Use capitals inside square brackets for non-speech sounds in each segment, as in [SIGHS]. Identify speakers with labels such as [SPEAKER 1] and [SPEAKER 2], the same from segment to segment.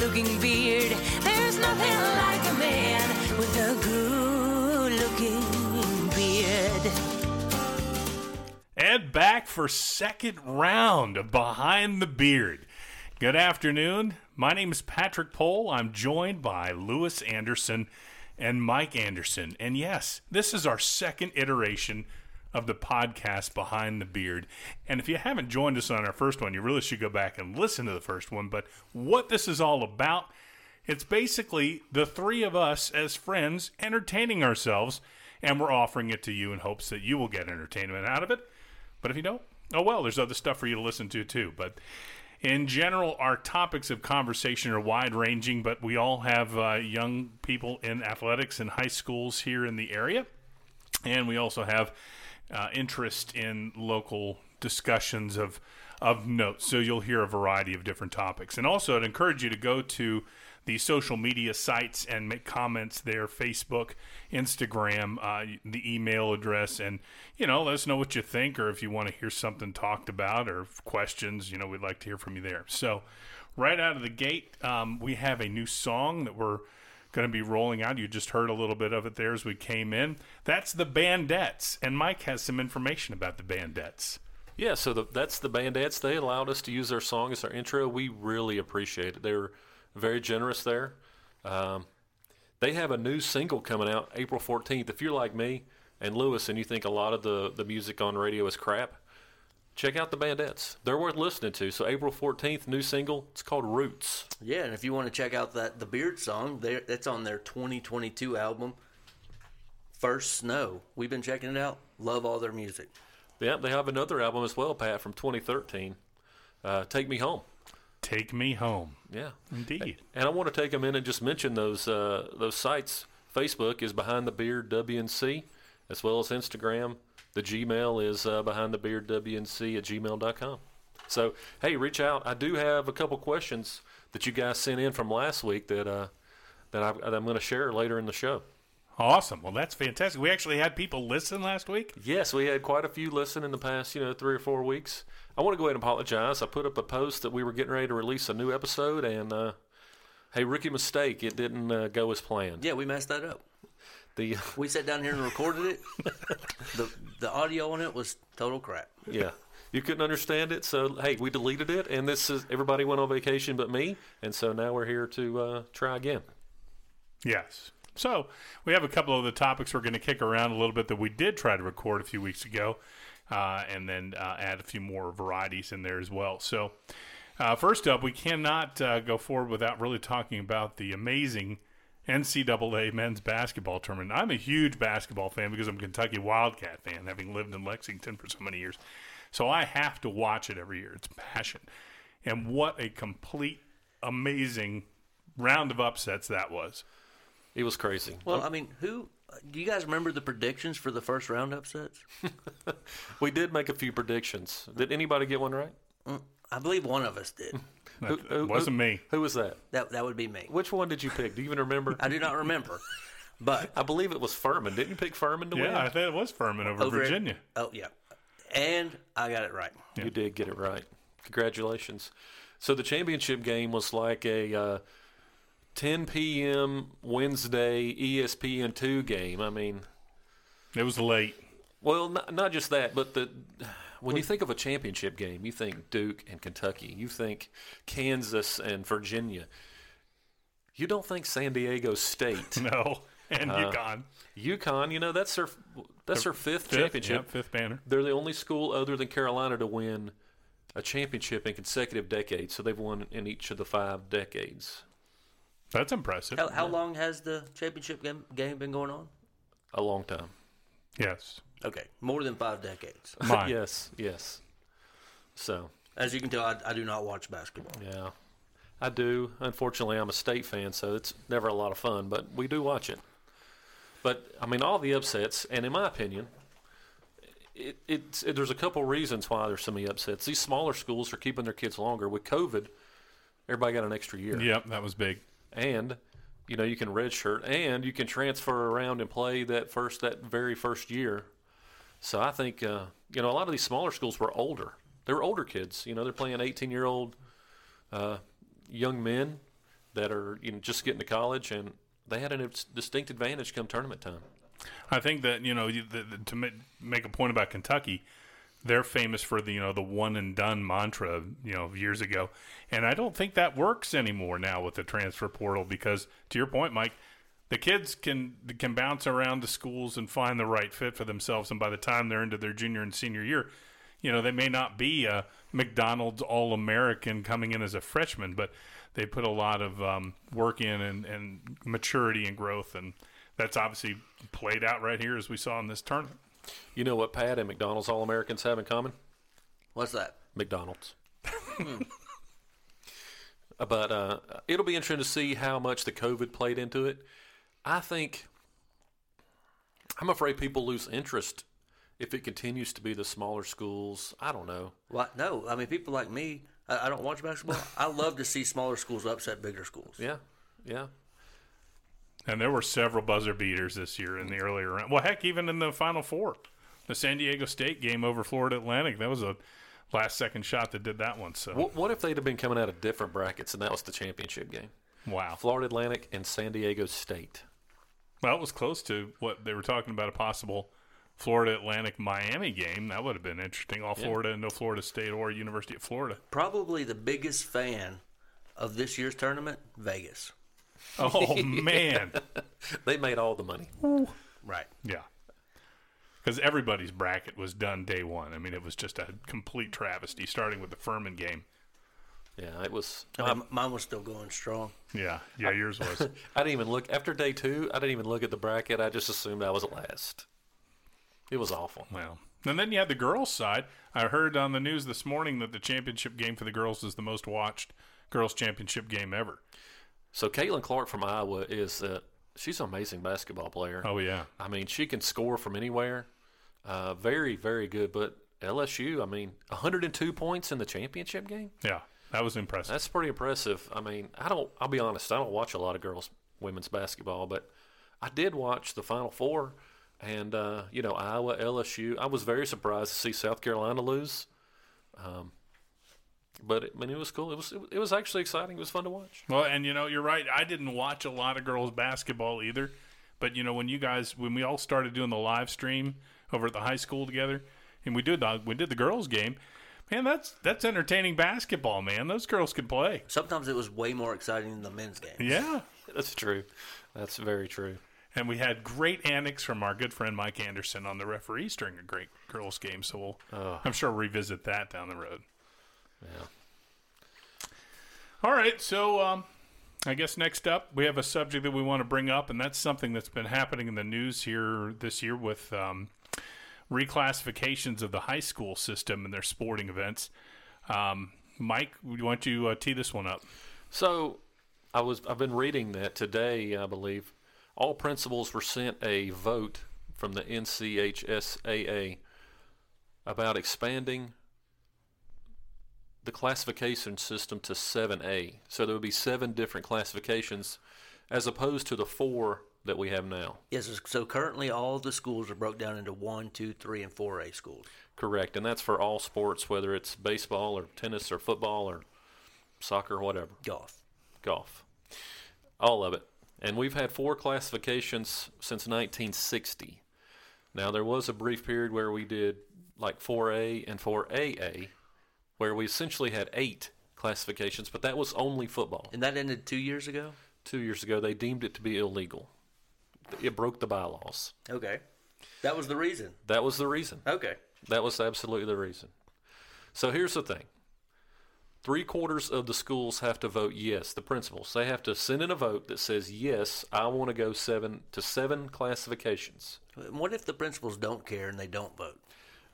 [SPEAKER 1] looking beard. There's nothing like a man with a good looking beard.
[SPEAKER 2] And back for second round of Behind the Beard. Good afternoon. My name is Patrick Pohl. I'm joined by Lewis Anderson and Mike Anderson. And yes, this is our second iteration of the podcast Behind the Beard. And if you haven't joined us on our first one, you really should go back and listen to the first one. But what this is all about, it's basically the three of us as friends entertaining ourselves, and we're offering it to you in hopes that you will get entertainment out of it. But if you don't, oh well, there's other stuff for you to listen to too. But in general, our topics of conversation are wide ranging, but we all have uh, young people in athletics and high schools here in the area. And we also have uh, interest in local discussions of, of note. So you'll hear a variety of different topics. And also, I'd encourage you to go to the social media sites and make comments there Facebook, Instagram, uh, the email address, and you know, let us know what you think or if you want to hear something talked about or questions. You know, we'd like to hear from you there. So, right out of the gate, um, we have a new song that we're going to be rolling out. You just heard a little bit of it there as we came in. That's the Bandettes, and Mike has some information about the Bandettes.
[SPEAKER 3] Yeah, so the, that's the Bandettes. They allowed us to use their song as our intro. We really appreciate it. They were very generous there. Um, they have a new single coming out April 14th. If you're like me and Lewis and you think a lot of the, the music on radio is crap, check out the Bandettes. They're worth listening to. So April 14th, new single. It's called Roots.
[SPEAKER 4] Yeah, and if you want to check out that the Beard song, there that's on their 2022 album, First Snow. We've been checking it out. Love all their music.
[SPEAKER 3] Yeah, they have another album as well, Pat, from 2013, uh, Take Me Home.
[SPEAKER 2] Take me home.
[SPEAKER 3] Yeah.
[SPEAKER 2] Indeed.
[SPEAKER 3] And I want to take a minute and just mention those uh, those sites. Facebook is Behind the Beard WNC, as well as Instagram. The Gmail is uh, Behind the Beard WNC at gmail.com. So, hey, reach out. I do have a couple questions that you guys sent in from last week that uh, that, I've, that I'm going to share later in the show.
[SPEAKER 2] Awesome. Well, that's fantastic. We actually had people listen last week.
[SPEAKER 3] Yes, we had quite a few listen in the past, you know, three or four weeks. I want to go ahead and apologize. I put up a post that we were getting ready to release a new episode, and uh, hey, rookie mistake, it didn't uh, go as planned.
[SPEAKER 4] Yeah, we messed that up.
[SPEAKER 3] The
[SPEAKER 4] We sat down here and recorded it. the the audio on it was total crap.
[SPEAKER 3] yeah, you couldn't understand it, so hey, we deleted it, and this is everybody went on vacation but me, and so now we're here to uh, try again.
[SPEAKER 2] Yes. So we have a couple of the topics we're going to kick around a little bit that we did try to record a few weeks ago, uh, and then uh, add a few more varieties in there as well. So uh, first up, we cannot uh, go forward without really talking about the amazing NCAA men's basketball tournament. I'm a huge basketball fan because I'm a Kentucky Wildcat fan, having lived in Lexington for so many years. So I have to watch it every year. It's passion. And what a complete, amazing round of upsets that was.
[SPEAKER 3] It was crazy.
[SPEAKER 4] Well, I mean, who do you guys remember the predictions for the first round upsets?
[SPEAKER 3] We did make a few predictions. Did anybody get one right?
[SPEAKER 4] I believe one of us did.
[SPEAKER 3] Who-
[SPEAKER 4] Uh,
[SPEAKER 3] who-
[SPEAKER 2] wasn't
[SPEAKER 3] who-
[SPEAKER 2] me.
[SPEAKER 3] Who was that?
[SPEAKER 4] That that would be me.
[SPEAKER 3] Which one did you pick? Do you even remember?
[SPEAKER 4] [LAUGHS] I do not remember.
[SPEAKER 3] [LAUGHS]
[SPEAKER 4] But
[SPEAKER 3] I believe it was Furman. Didn't you pick Furman to win?
[SPEAKER 2] Yeah, I think it was Furman over,
[SPEAKER 4] over it-
[SPEAKER 2] Virginia.
[SPEAKER 4] Oh yeah. And I got it right.
[SPEAKER 3] You did get it right. Congratulations. So the championship game was like a uh, 10 p.m. Wednesday E ESPN2 game. I mean,
[SPEAKER 2] It was late. [LAUGHS]
[SPEAKER 3] well, not, not just that, but the when you think of a championship game, you think Duke and Kentucky, you think Kansas and Virginia. You don't think San
[SPEAKER 2] [LAUGHS]
[SPEAKER 3] Diego State,
[SPEAKER 2] No, and
[SPEAKER 4] Uh,
[SPEAKER 2] UConn
[SPEAKER 3] UConn. You know that's their that's their fifth,
[SPEAKER 2] fifth,
[SPEAKER 3] championship.
[SPEAKER 2] yep, fifth banner.
[SPEAKER 3] They're the only school other than Carolina to win a championship in consecutive decades. So they've won in each of the five decades.
[SPEAKER 2] That's impressive.
[SPEAKER 4] How, how long has the championship game, game been going on?
[SPEAKER 3] A long time.
[SPEAKER 4] [LAUGHS]
[SPEAKER 2] Yes,
[SPEAKER 4] Okay, more than five decades.
[SPEAKER 2] mine.
[SPEAKER 3] [LAUGHS] yes, yes. So,
[SPEAKER 4] As you can tell, I, I do not watch basketball.
[SPEAKER 3] yeah. I do. Unfortunately, I'm a state fan, so it's never a lot of fun, but we do watch it. But, I mean, all the upsets, and in my opinion, it, it's, it, there's a couple reasons why there's so many upsets. These smaller schools are keeping their kids longer. With COVID, everybody got an extra year.
[SPEAKER 2] Yep, that was big.
[SPEAKER 3] and you know you can redshirt and you can transfer around and play that first that very first year. So I think uh, you know a lot of these smaller schools were older. They were older kids. You know they're playing eighteen year old uh, young men that are you know just getting to college, and they had a distinct advantage come tournament time.
[SPEAKER 2] I think that you know you- the, the, to ma- make a point about Kentucky, they're famous for the you know the one and done mantra of, you know of years ago, and I don't think that works anymore now with the transfer portal because to your point, Mike, the kids can can bounce around to schools and find the right fit for themselves, and by the time they're into their junior and senior year, you know they may not be a McDonald's All American coming in as a freshman, but they put a lot of um, work in and, and maturity and growth and that's obviously played out right here as we saw in this tournament.
[SPEAKER 3] You know what Pat and McDonald's All Americans have in common?
[SPEAKER 4] What's that?
[SPEAKER 3] McDonald's. [LAUGHS] Uh, but uh, it'll be interesting to see how much the COVID played into it. I think I'm afraid people lose interest if it continues to be the smaller schools. I don't know.
[SPEAKER 4] What? No, I mean people like me. I, I don't watch basketball. I love to see smaller schools upset bigger schools.
[SPEAKER 3] Yeah, yeah.
[SPEAKER 2] And there were several buzzer beaters this year in the earlier round. Well, heck, even in the Final Four, the San Diego State game over Florida Atlantic, that was a last second shot that did that one. So
[SPEAKER 3] What, what if they'd have been coming out of different brackets and that was the championship game?
[SPEAKER 2] wow,
[SPEAKER 3] Florida Atlantic and San Diego State.
[SPEAKER 2] well, it was close to what they were talking about a possible Florida Atlantic Miami game. That would have been interesting. All Florida and no Florida State or University of Florida.
[SPEAKER 4] Probably the biggest fan of this year's tournament, Vegas.
[SPEAKER 2] Oh man,
[SPEAKER 3] They made all the money.
[SPEAKER 4] Right.
[SPEAKER 2] yeah. Because everybody's bracket was done day one. I mean, it was just a complete travesty, starting with the Furman game.
[SPEAKER 3] Yeah, it was.
[SPEAKER 4] I mean, mine was still going strong.
[SPEAKER 2] Yeah, yeah, yours was.
[SPEAKER 3] I didn't even look after day two. I didn't even look at the bracket. I just assumed I was last. It was awful.
[SPEAKER 2] well, and then you had the girls' side. I heard on the news this morning that the championship game for the girls is the most watched girls' championship game ever.
[SPEAKER 3] So Caitlin Clark from Iowa is uh, she's an amazing basketball player.
[SPEAKER 2] Oh yeah,
[SPEAKER 3] I mean, she can score from anywhere. Uh, very, very good. But LSU, I mean, 102 points in the championship game.
[SPEAKER 2] yeah, that was impressive.
[SPEAKER 3] That's pretty impressive. I mean, I don't. I'll be honest. I don't watch a lot of girls women's basketball, but I did watch the Final Four, and uh, you know Iowa, LSU. I was very surprised to see South Carolina lose, um, but it, I mean it was cool. It was it, was- it was actually exciting. It was fun to watch.
[SPEAKER 2] Well, and you know, you're right. I didn't watch a lot of girls basketball either. But you know, when you guys, when we all started doing the live stream over at the high school together, and we did the we did the girls game, man, that's that's entertaining basketball, man. Those girls can play.
[SPEAKER 4] Sometimes it was way more exciting than the men's game.
[SPEAKER 2] Yeah.
[SPEAKER 3] [LAUGHS] That's true. That's very true.
[SPEAKER 2] And we had great antics from our good friend Mike Anderson on the referees during a great girls game. So we'll, I'm sure, we'll revisit that down the road.
[SPEAKER 3] Yeah.
[SPEAKER 2] All right. So um, I guess next up, we have a subject that we want to bring up, and that's something that's been happening in the news here this year with um, reclassifications of the high school system and their sporting events. Um, Mike, why don't you uh, tee this one up?
[SPEAKER 3] So, I was I've been reading that today. I believe all principals were sent a vote from the NCHSAA about expanding the classification system to 7A. So there would be seven different classifications as opposed to the four that we have now.
[SPEAKER 4] Yes. So currently, all the schools are broke down into one, two, three, and four A schools.
[SPEAKER 3] Correct, and that's for all sports, whether it's baseball or tennis or football or soccer or whatever.
[SPEAKER 4] Golf.
[SPEAKER 3] golf. All of it. And we've had four classifications since 1960. Now, there was a brief period where we did like 4A and 4AA, where we essentially had eight classifications, but that was only football.
[SPEAKER 4] And that ended two years ago.
[SPEAKER 3] Two years ago, they deemed it to be illegal. It broke the bylaws.
[SPEAKER 4] Okay. That was the reason.
[SPEAKER 3] That was the reason.
[SPEAKER 4] Okay.
[SPEAKER 3] That was absolutely the reason. So here's the thing. Three quarters of the schools have to vote yes, the principals. They have to send in a vote that says, yes, I want to go seven to seven classifications.
[SPEAKER 4] What if the principals don't care and they don't vote?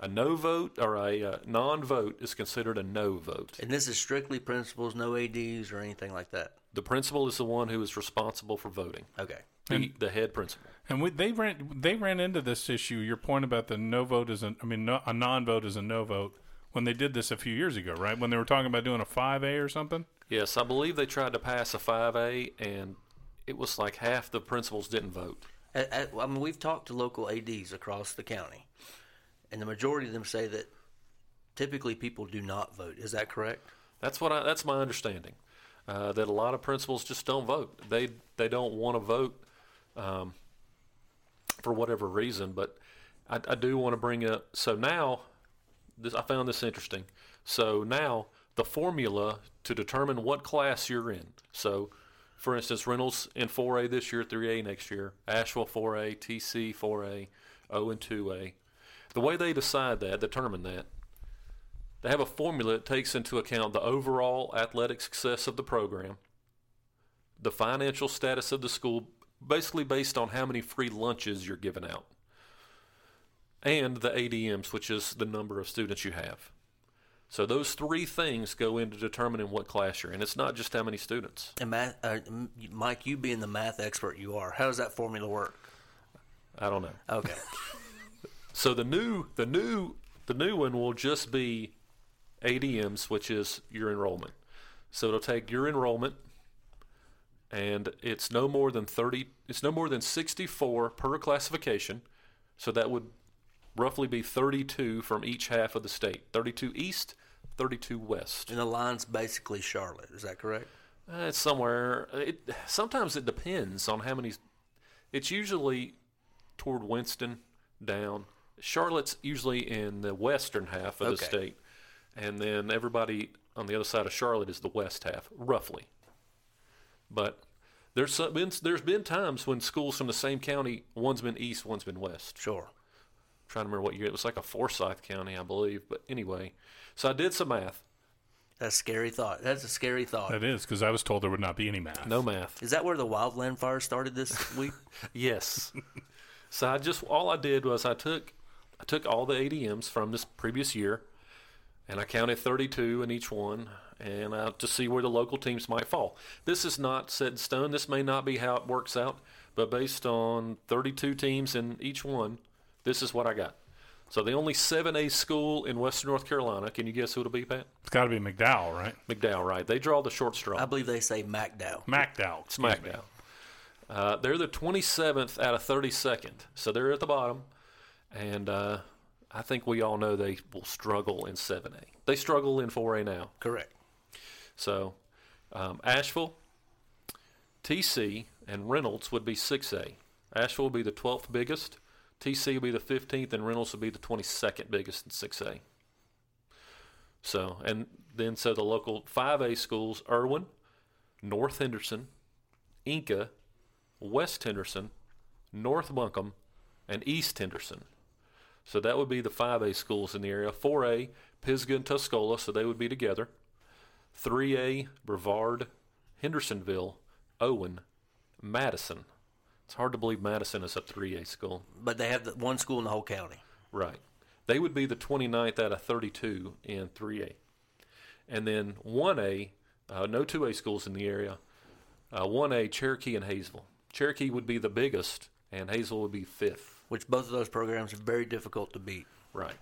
[SPEAKER 3] A no vote or a uh, non vote is considered a no vote.
[SPEAKER 4] And this is strictly principals, no ADs or anything like that.
[SPEAKER 3] The principal is the one who is responsible for voting,
[SPEAKER 4] Okay.
[SPEAKER 3] the, the head principal.
[SPEAKER 2] And we, they ran they ran into this issue. Your point about the no vote is an I mean no, a non vote is a no vote when they did this a few years ago, right? When they were talking about doing a five A or something.
[SPEAKER 3] Yes, I believe they tried to pass a 5A, and it was like half the principals didn't vote.
[SPEAKER 4] I, I, I mean, we've talked to local ADs across the county, and the majority of them say that typically people do not vote. Is that correct?
[SPEAKER 3] That's what I, that's my understanding. uh, that a lot of principals just don't vote. They they don't want to vote um, for whatever reason. But I, I do want to bring up. So now, this I found this interesting. So now the formula to determine what class you're in. So, for instance, Reynolds in 4A this year, 3A next year, Asheville 4A, TC 4A, O and 2A. The way they decide that, determine that, they have a formula that takes into account the overall athletic success of the program, the financial status of the school, basically based on how many free lunches you're giving out, and the ADMs, which is the number of students you have. So those three things go into determining what class you're in. It's not just how many students.
[SPEAKER 4] And math, uh, m- Mike, you being the math expert you are, how does that formula work?
[SPEAKER 3] I don't know.
[SPEAKER 4] Okay.
[SPEAKER 3] So the new the new the new one will just be ADMs, which is your enrollment. So it'll take your enrollment and it's no more than 30 it's no more than 64 per classification. So that would roughly be 32 from each half of the state. 32 east, 32 west.
[SPEAKER 4] and the line's basically Charlotte. Is that correct?
[SPEAKER 3] Uh, It's somewhere. It sometimes it depends on how many. It's usually toward Winston down. Charlotte's usually in the western half of
[SPEAKER 4] Okay.
[SPEAKER 3] the state, and then everybody on the other side of Charlotte is the west half, roughly. But there's some, been there's been times when schools from the same county, one's been east, one's been west
[SPEAKER 4] Sure.
[SPEAKER 3] trying to remember what year it was like a Forsyth County, I believe. But anyway, so I did some math.
[SPEAKER 4] That's a scary thought. That's a scary thought.
[SPEAKER 2] That is because I was told there would not be any math.
[SPEAKER 3] No math.
[SPEAKER 4] Is that where the wildland fire started this week?
[SPEAKER 3] Yes. so I just all I did was I took I took all the ADMs from this previous year, and I counted 32 in each one, and uh, to see where the local teams might fall. This is not set in stone. This may not be how it works out, but based on 32 teams in each one, this is what I got. So the only 7A school in Western North Carolina. Can you guess who it'll be, Pat?
[SPEAKER 2] It's got to be McDowell, right?
[SPEAKER 3] McDowell, right? They draw the short straw.
[SPEAKER 4] I believe they say MacDow.
[SPEAKER 2] McDowell. excuse me.
[SPEAKER 3] SmackDown. Uh, they're the 27th out of 32nd, so they're at the bottom, and uh, I think we all know they will struggle in 7A. They struggle in 4A now.
[SPEAKER 4] Correct.
[SPEAKER 3] So um, Asheville, TC, and Reynolds would be 6A. Asheville will be the 12th biggest, TC will be the 15th, and Reynolds will be the 22nd biggest in 6A. So, and then so the local 5A schools Irwin, North Henderson, Inca, West Henderson, North Buncombe, and East Henderson. So that would be the 5A schools in the area. 4A, Pisgah and Tuscola, so they would be together. 3A, Brevard, Hendersonville, Owen, Madison. It's hard to believe Madison is a 3A school.
[SPEAKER 4] But they have the one school in the whole county.
[SPEAKER 3] Right. They would be the 29th out of 32 in 3A. And then 1A, uh, no 2A schools in the area. Uh, 1A, Cherokee and Hazel. Cherokee would be the biggest, and Hazel would be fifth.
[SPEAKER 4] which both of those programs are very difficult to beat.
[SPEAKER 3] Right.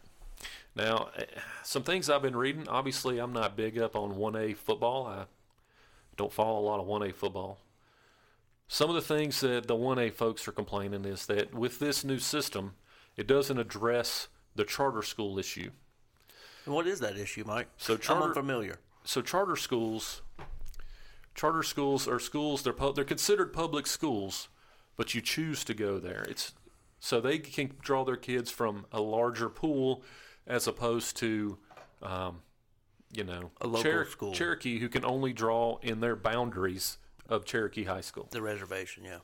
[SPEAKER 3] Now, eh, some things I've been reading. Obviously, I'm not big up on 1A football. I don't follow a lot of 1A football. Some of the things that the 1A folks are complaining is that with this new system, it doesn't address the charter school issue.
[SPEAKER 4] And what is that issue, Mike?
[SPEAKER 3] So charter-
[SPEAKER 4] I'm unfamiliar.
[SPEAKER 3] so charter schools charter schools are schools they're pu- they're considered public schools but you choose to go there it's so they can draw their kids from a larger pool as opposed to um, you know
[SPEAKER 4] A local school.
[SPEAKER 3] Cherokee who can only draw in their boundaries of Cherokee High School
[SPEAKER 4] The reservation, yeah.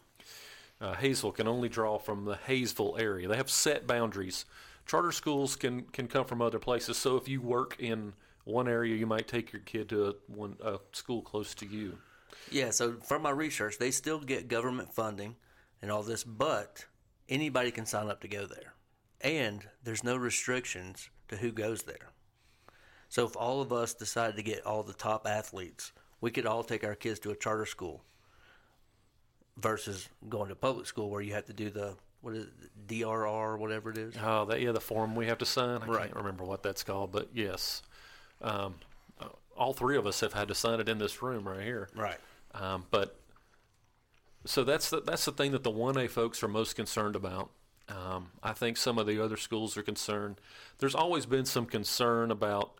[SPEAKER 3] uh, Hazel can only draw from the Hazel area. They have set boundaries. Charter schools can can come from other places. So if you work in one area, you might take your kid to a, one a school close to you.
[SPEAKER 4] Yeah, so from my research, they still get government funding and all this, but anybody can sign up to go there. And there's no restrictions to who goes there. So if all of us decided to get all the top athletes, we could all take our kids to a charter school versus going to public school where you have to do the what is it, DRR, whatever it is.
[SPEAKER 3] Oh, that yeah, the form we have to sign. I
[SPEAKER 4] Right.
[SPEAKER 3] can't remember what that's called, but yes, um, uh, all three of us have had to sign it in this room right here.
[SPEAKER 4] Right.
[SPEAKER 3] Um, but so that's the, that's the thing that the one A folks are most concerned about. Um, I think some of the other schools are concerned. There's always been some concern about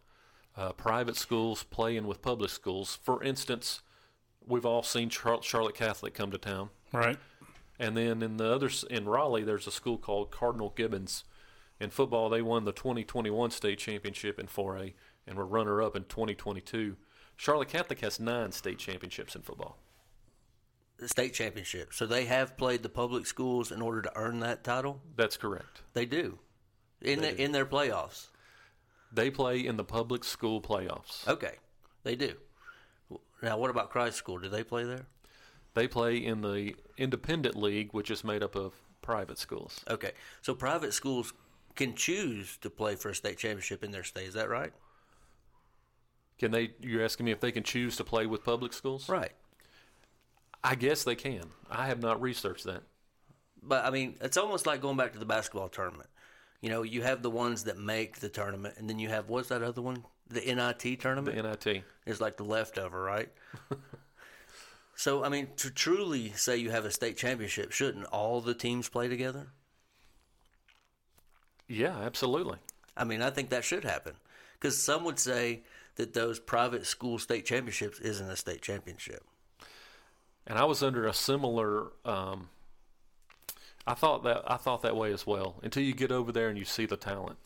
[SPEAKER 3] uh, private schools playing with public schools. For instance, we've all seen Char- Charlotte Catholic come to town.
[SPEAKER 2] Right.
[SPEAKER 3] And then in the other s- in Raleigh, there's a school called Cardinal Gibbons. In football, they won the 2021 state championship in 4A and were runner-up in 2022. Charlotte Catholic has nine state championships in football.
[SPEAKER 4] The state championship. So they have played the public schools in order to earn that title.
[SPEAKER 3] That's correct.
[SPEAKER 4] They do. In the, in their playoffs.
[SPEAKER 3] They play in the public school playoffs.
[SPEAKER 4] Okay. They do. Now what about Christ School? Do they play there?
[SPEAKER 3] They play in the independent league, which is made up of private schools.
[SPEAKER 4] Okay. So private schools can choose to play for a state championship in their state, is that right?
[SPEAKER 3] Can they? You're asking me if they can choose to play with public schools?
[SPEAKER 4] Right.
[SPEAKER 3] I guess they can. I have not researched that.
[SPEAKER 4] But I mean, it's almost like going back to the basketball tournament. You know, you have the ones that make the tournament, and then you have what's that other one? The NIT
[SPEAKER 3] The
[SPEAKER 4] tournament
[SPEAKER 3] NIT.
[SPEAKER 4] is like the leftover, right? so I mean, to truly say you have a state championship, shouldn't all the teams play together?
[SPEAKER 3] Yeah, absolutely.
[SPEAKER 4] I mean, I think that should happen because some would say that those private school state championships isn't a state championship.
[SPEAKER 3] And I was under a similar. Um, I thought that I thought that way as well until you get over there and you see the talent,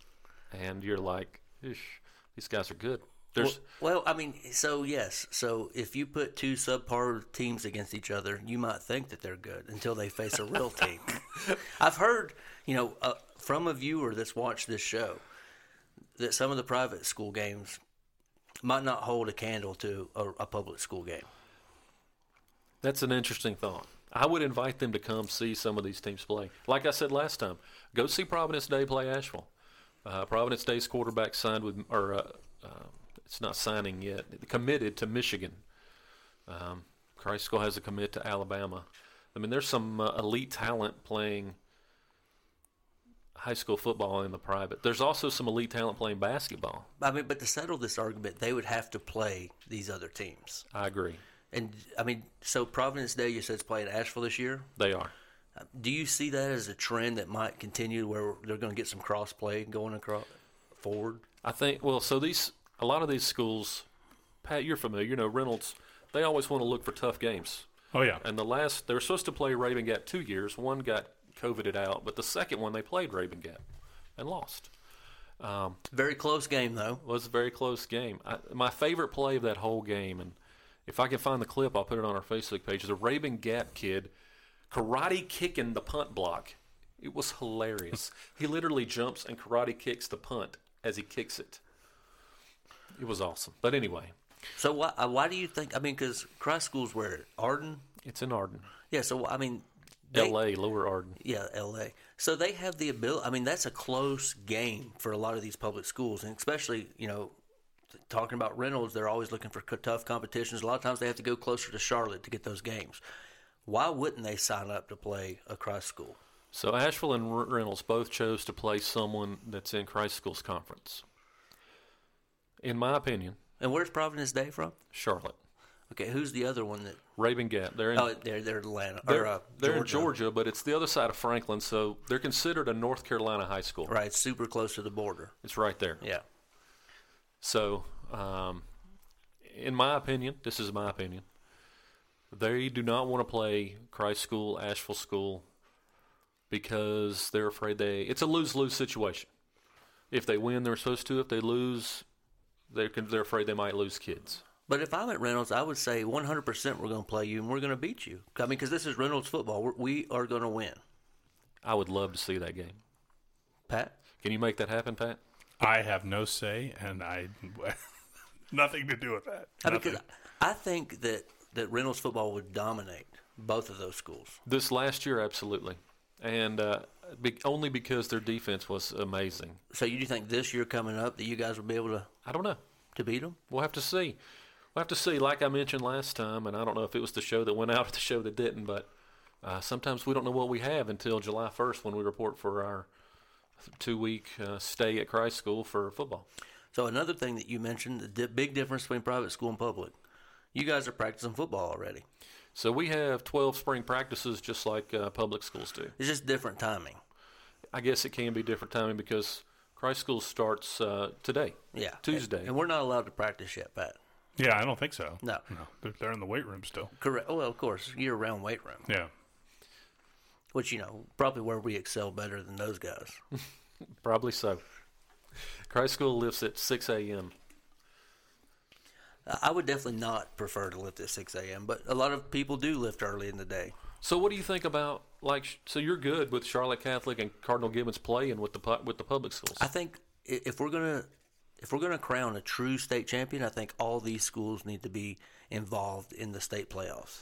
[SPEAKER 3] and you're like, Ish, these guys are good. There's
[SPEAKER 4] Well, I mean, so yes, so if you put two subpar teams against each other, you might think that they're good until they face a real team. I've heard, you know, uh, from a viewer that's watched this show, that some of the private school games might not hold a candle to a, a public school game.
[SPEAKER 3] that's an interesting thought. I would invite them to come see some of these teams play. Like I said last time, go see Providence Day play Asheville. Uh, Providence Day's quarterback signed with, or uh, uh, it's not signing yet, committed to Michigan. Um, Christ School has a commit to Alabama. I mean, there's some uh, elite talent playing high school football in the private. There's also some elite talent playing basketball.
[SPEAKER 4] I mean, but to settle this argument, they would have to play these other teams.
[SPEAKER 3] I agree.
[SPEAKER 4] And I mean, so Providence Day, you said, is playing Asheville this year.
[SPEAKER 3] They are.
[SPEAKER 4] Do you see that as a trend that might continue where they're going to get some cross play going across forward?
[SPEAKER 3] I think well, so these a lot of these schools, Pat, you're familiar. You know Reynolds. They always want to look for tough games.
[SPEAKER 2] Oh yeah.
[SPEAKER 3] And the last they were supposed to play Raven Gap two years. One got coveted out, but the second one they played Raven Gap and lost.
[SPEAKER 4] Very close game though.
[SPEAKER 3] was a very close game. I, my favorite play of that whole game, and if I can find the clip, I'll put it on our Facebook page. Is a Raven Gap kid karate kicking the punt block. It was hilarious. he literally jumps and karate kicks the punt as he kicks it. It was awesome. But anyway,
[SPEAKER 4] So why uh, why do you think? I mean, because Christ School's where Arden,
[SPEAKER 3] it's in Arden,
[SPEAKER 4] yeah. So I mean, they,
[SPEAKER 3] L.A., Lower Arden.
[SPEAKER 4] yeah, L.A. So they have the ability. I mean, that's a close game for a lot of these public schools, and especially you know, th- talking about Reynolds, they're always looking for co- tough competitions. A lot of times they have to go closer to Charlotte to get those games. Why wouldn't they sign up to play a Christ School?
[SPEAKER 3] So Asheville and Re- Reynolds both chose to play someone that's in Christ Schools Conference. In my opinion,
[SPEAKER 4] And where's Providence Day from?
[SPEAKER 3] Charlotte,
[SPEAKER 4] Okay, who's the other one that?
[SPEAKER 3] Raven Gap. They're in
[SPEAKER 4] Oh, they're they're Atlanta.
[SPEAKER 3] They're,
[SPEAKER 4] or, uh,
[SPEAKER 3] they're in Georgia, but it's the other side of Franklin, so they're considered a North Carolina high school.
[SPEAKER 4] right? It's super close to the border.
[SPEAKER 3] It's right there.
[SPEAKER 4] Yeah.
[SPEAKER 3] So, um, in my opinion, this is my opinion, they do not want to play Christ School, Asheville School, because they're afraid they. It's a lose lose situation. If they win, they're supposed to. If they lose, they're, con- they're afraid they might lose kids.
[SPEAKER 4] But if I'm at Reynolds, I would say 100 percent we're going to play you and we're going to beat you. I mean, because this is Reynolds football. We're, we are going to win.
[SPEAKER 3] I would love to see that game.
[SPEAKER 4] Pat,
[SPEAKER 3] Can you make that happen, Pat?
[SPEAKER 2] I have no say, and I [LAUGHS] nothing to do with that.
[SPEAKER 4] I mean,
[SPEAKER 2] Nothing.
[SPEAKER 4] 'cause I think that that Reynolds football would dominate both of those schools.
[SPEAKER 3] This last year, absolutely, and uh, be- only because their defense was amazing.
[SPEAKER 4] So you do think this year coming up that you guys will be able to
[SPEAKER 3] I don't know.
[SPEAKER 4] to beat them?
[SPEAKER 3] We'll have to see. We'll have to see. Like I mentioned last time, and I don't know if it was the show that went [LAUGHS] out or the show that didn't, but uh, sometimes we don't know what we have until July 1st when we report for our two-week uh, stay at Christ School for football.
[SPEAKER 4] So another thing that you mentioned, the di- big difference between private school and public. You guys are practicing football already.
[SPEAKER 3] So we have 12 spring practices just like uh, public schools do.
[SPEAKER 4] It's just different timing.
[SPEAKER 3] I guess it can be different timing because Christ School starts uh, today,
[SPEAKER 4] Yeah.
[SPEAKER 3] Tuesday.
[SPEAKER 4] And we're not allowed to practice yet, Pat.
[SPEAKER 2] Yeah, I don't think so.
[SPEAKER 4] No.
[SPEAKER 2] no, they're, they're in the weight room still.
[SPEAKER 4] Correct. Well, of course, year round weight room,
[SPEAKER 2] Yeah,
[SPEAKER 4] which, you know, probably where we excel better than those guys.
[SPEAKER 3] Probably so. Christ School lifts at 6 a.m.
[SPEAKER 4] I- I would definitely not prefer to lift at 6 a.m., but a lot of people do lift early in the day.
[SPEAKER 3] So, what do you think about like? sh- So, you're good with Charlotte Catholic and Cardinal Gibbons playing with the pu- with the public schools.
[SPEAKER 4] I think i- if we're gonna if we're gonna crown a true state champion, I think all these schools need to be involved in the state playoffs.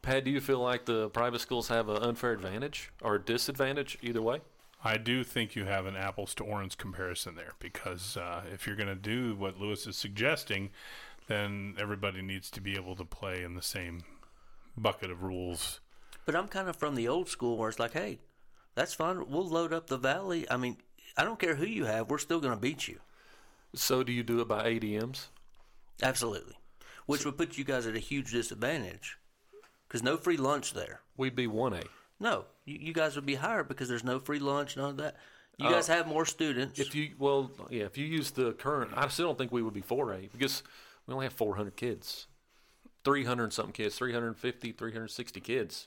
[SPEAKER 3] Pat, do you feel like the private schools have an unfair advantage or disadvantage either way?
[SPEAKER 2] I do think you have an apples to oranges comparison there because uh, if you're going to do what Lewis is suggesting, then everybody needs to be able to play in the same bucket of rules.
[SPEAKER 4] But I'm kind of from the old school where it's like, hey, that's fine. We'll load up the valley. I mean, I don't care who you have, we're still gonna beat you.
[SPEAKER 3] So, do you do it by ADMs?
[SPEAKER 4] Absolutely. Which would put you guys at a huge disadvantage because no free lunch there.
[SPEAKER 3] We'd be one A.
[SPEAKER 4] No, you, you guys would be higher because there's no free lunch, none of that. You guys have more students.
[SPEAKER 3] If you well, yeah, if you use the current, I still don't think we would be four A because we only have 400 kids, 300 and something kids, 350, 360 kids.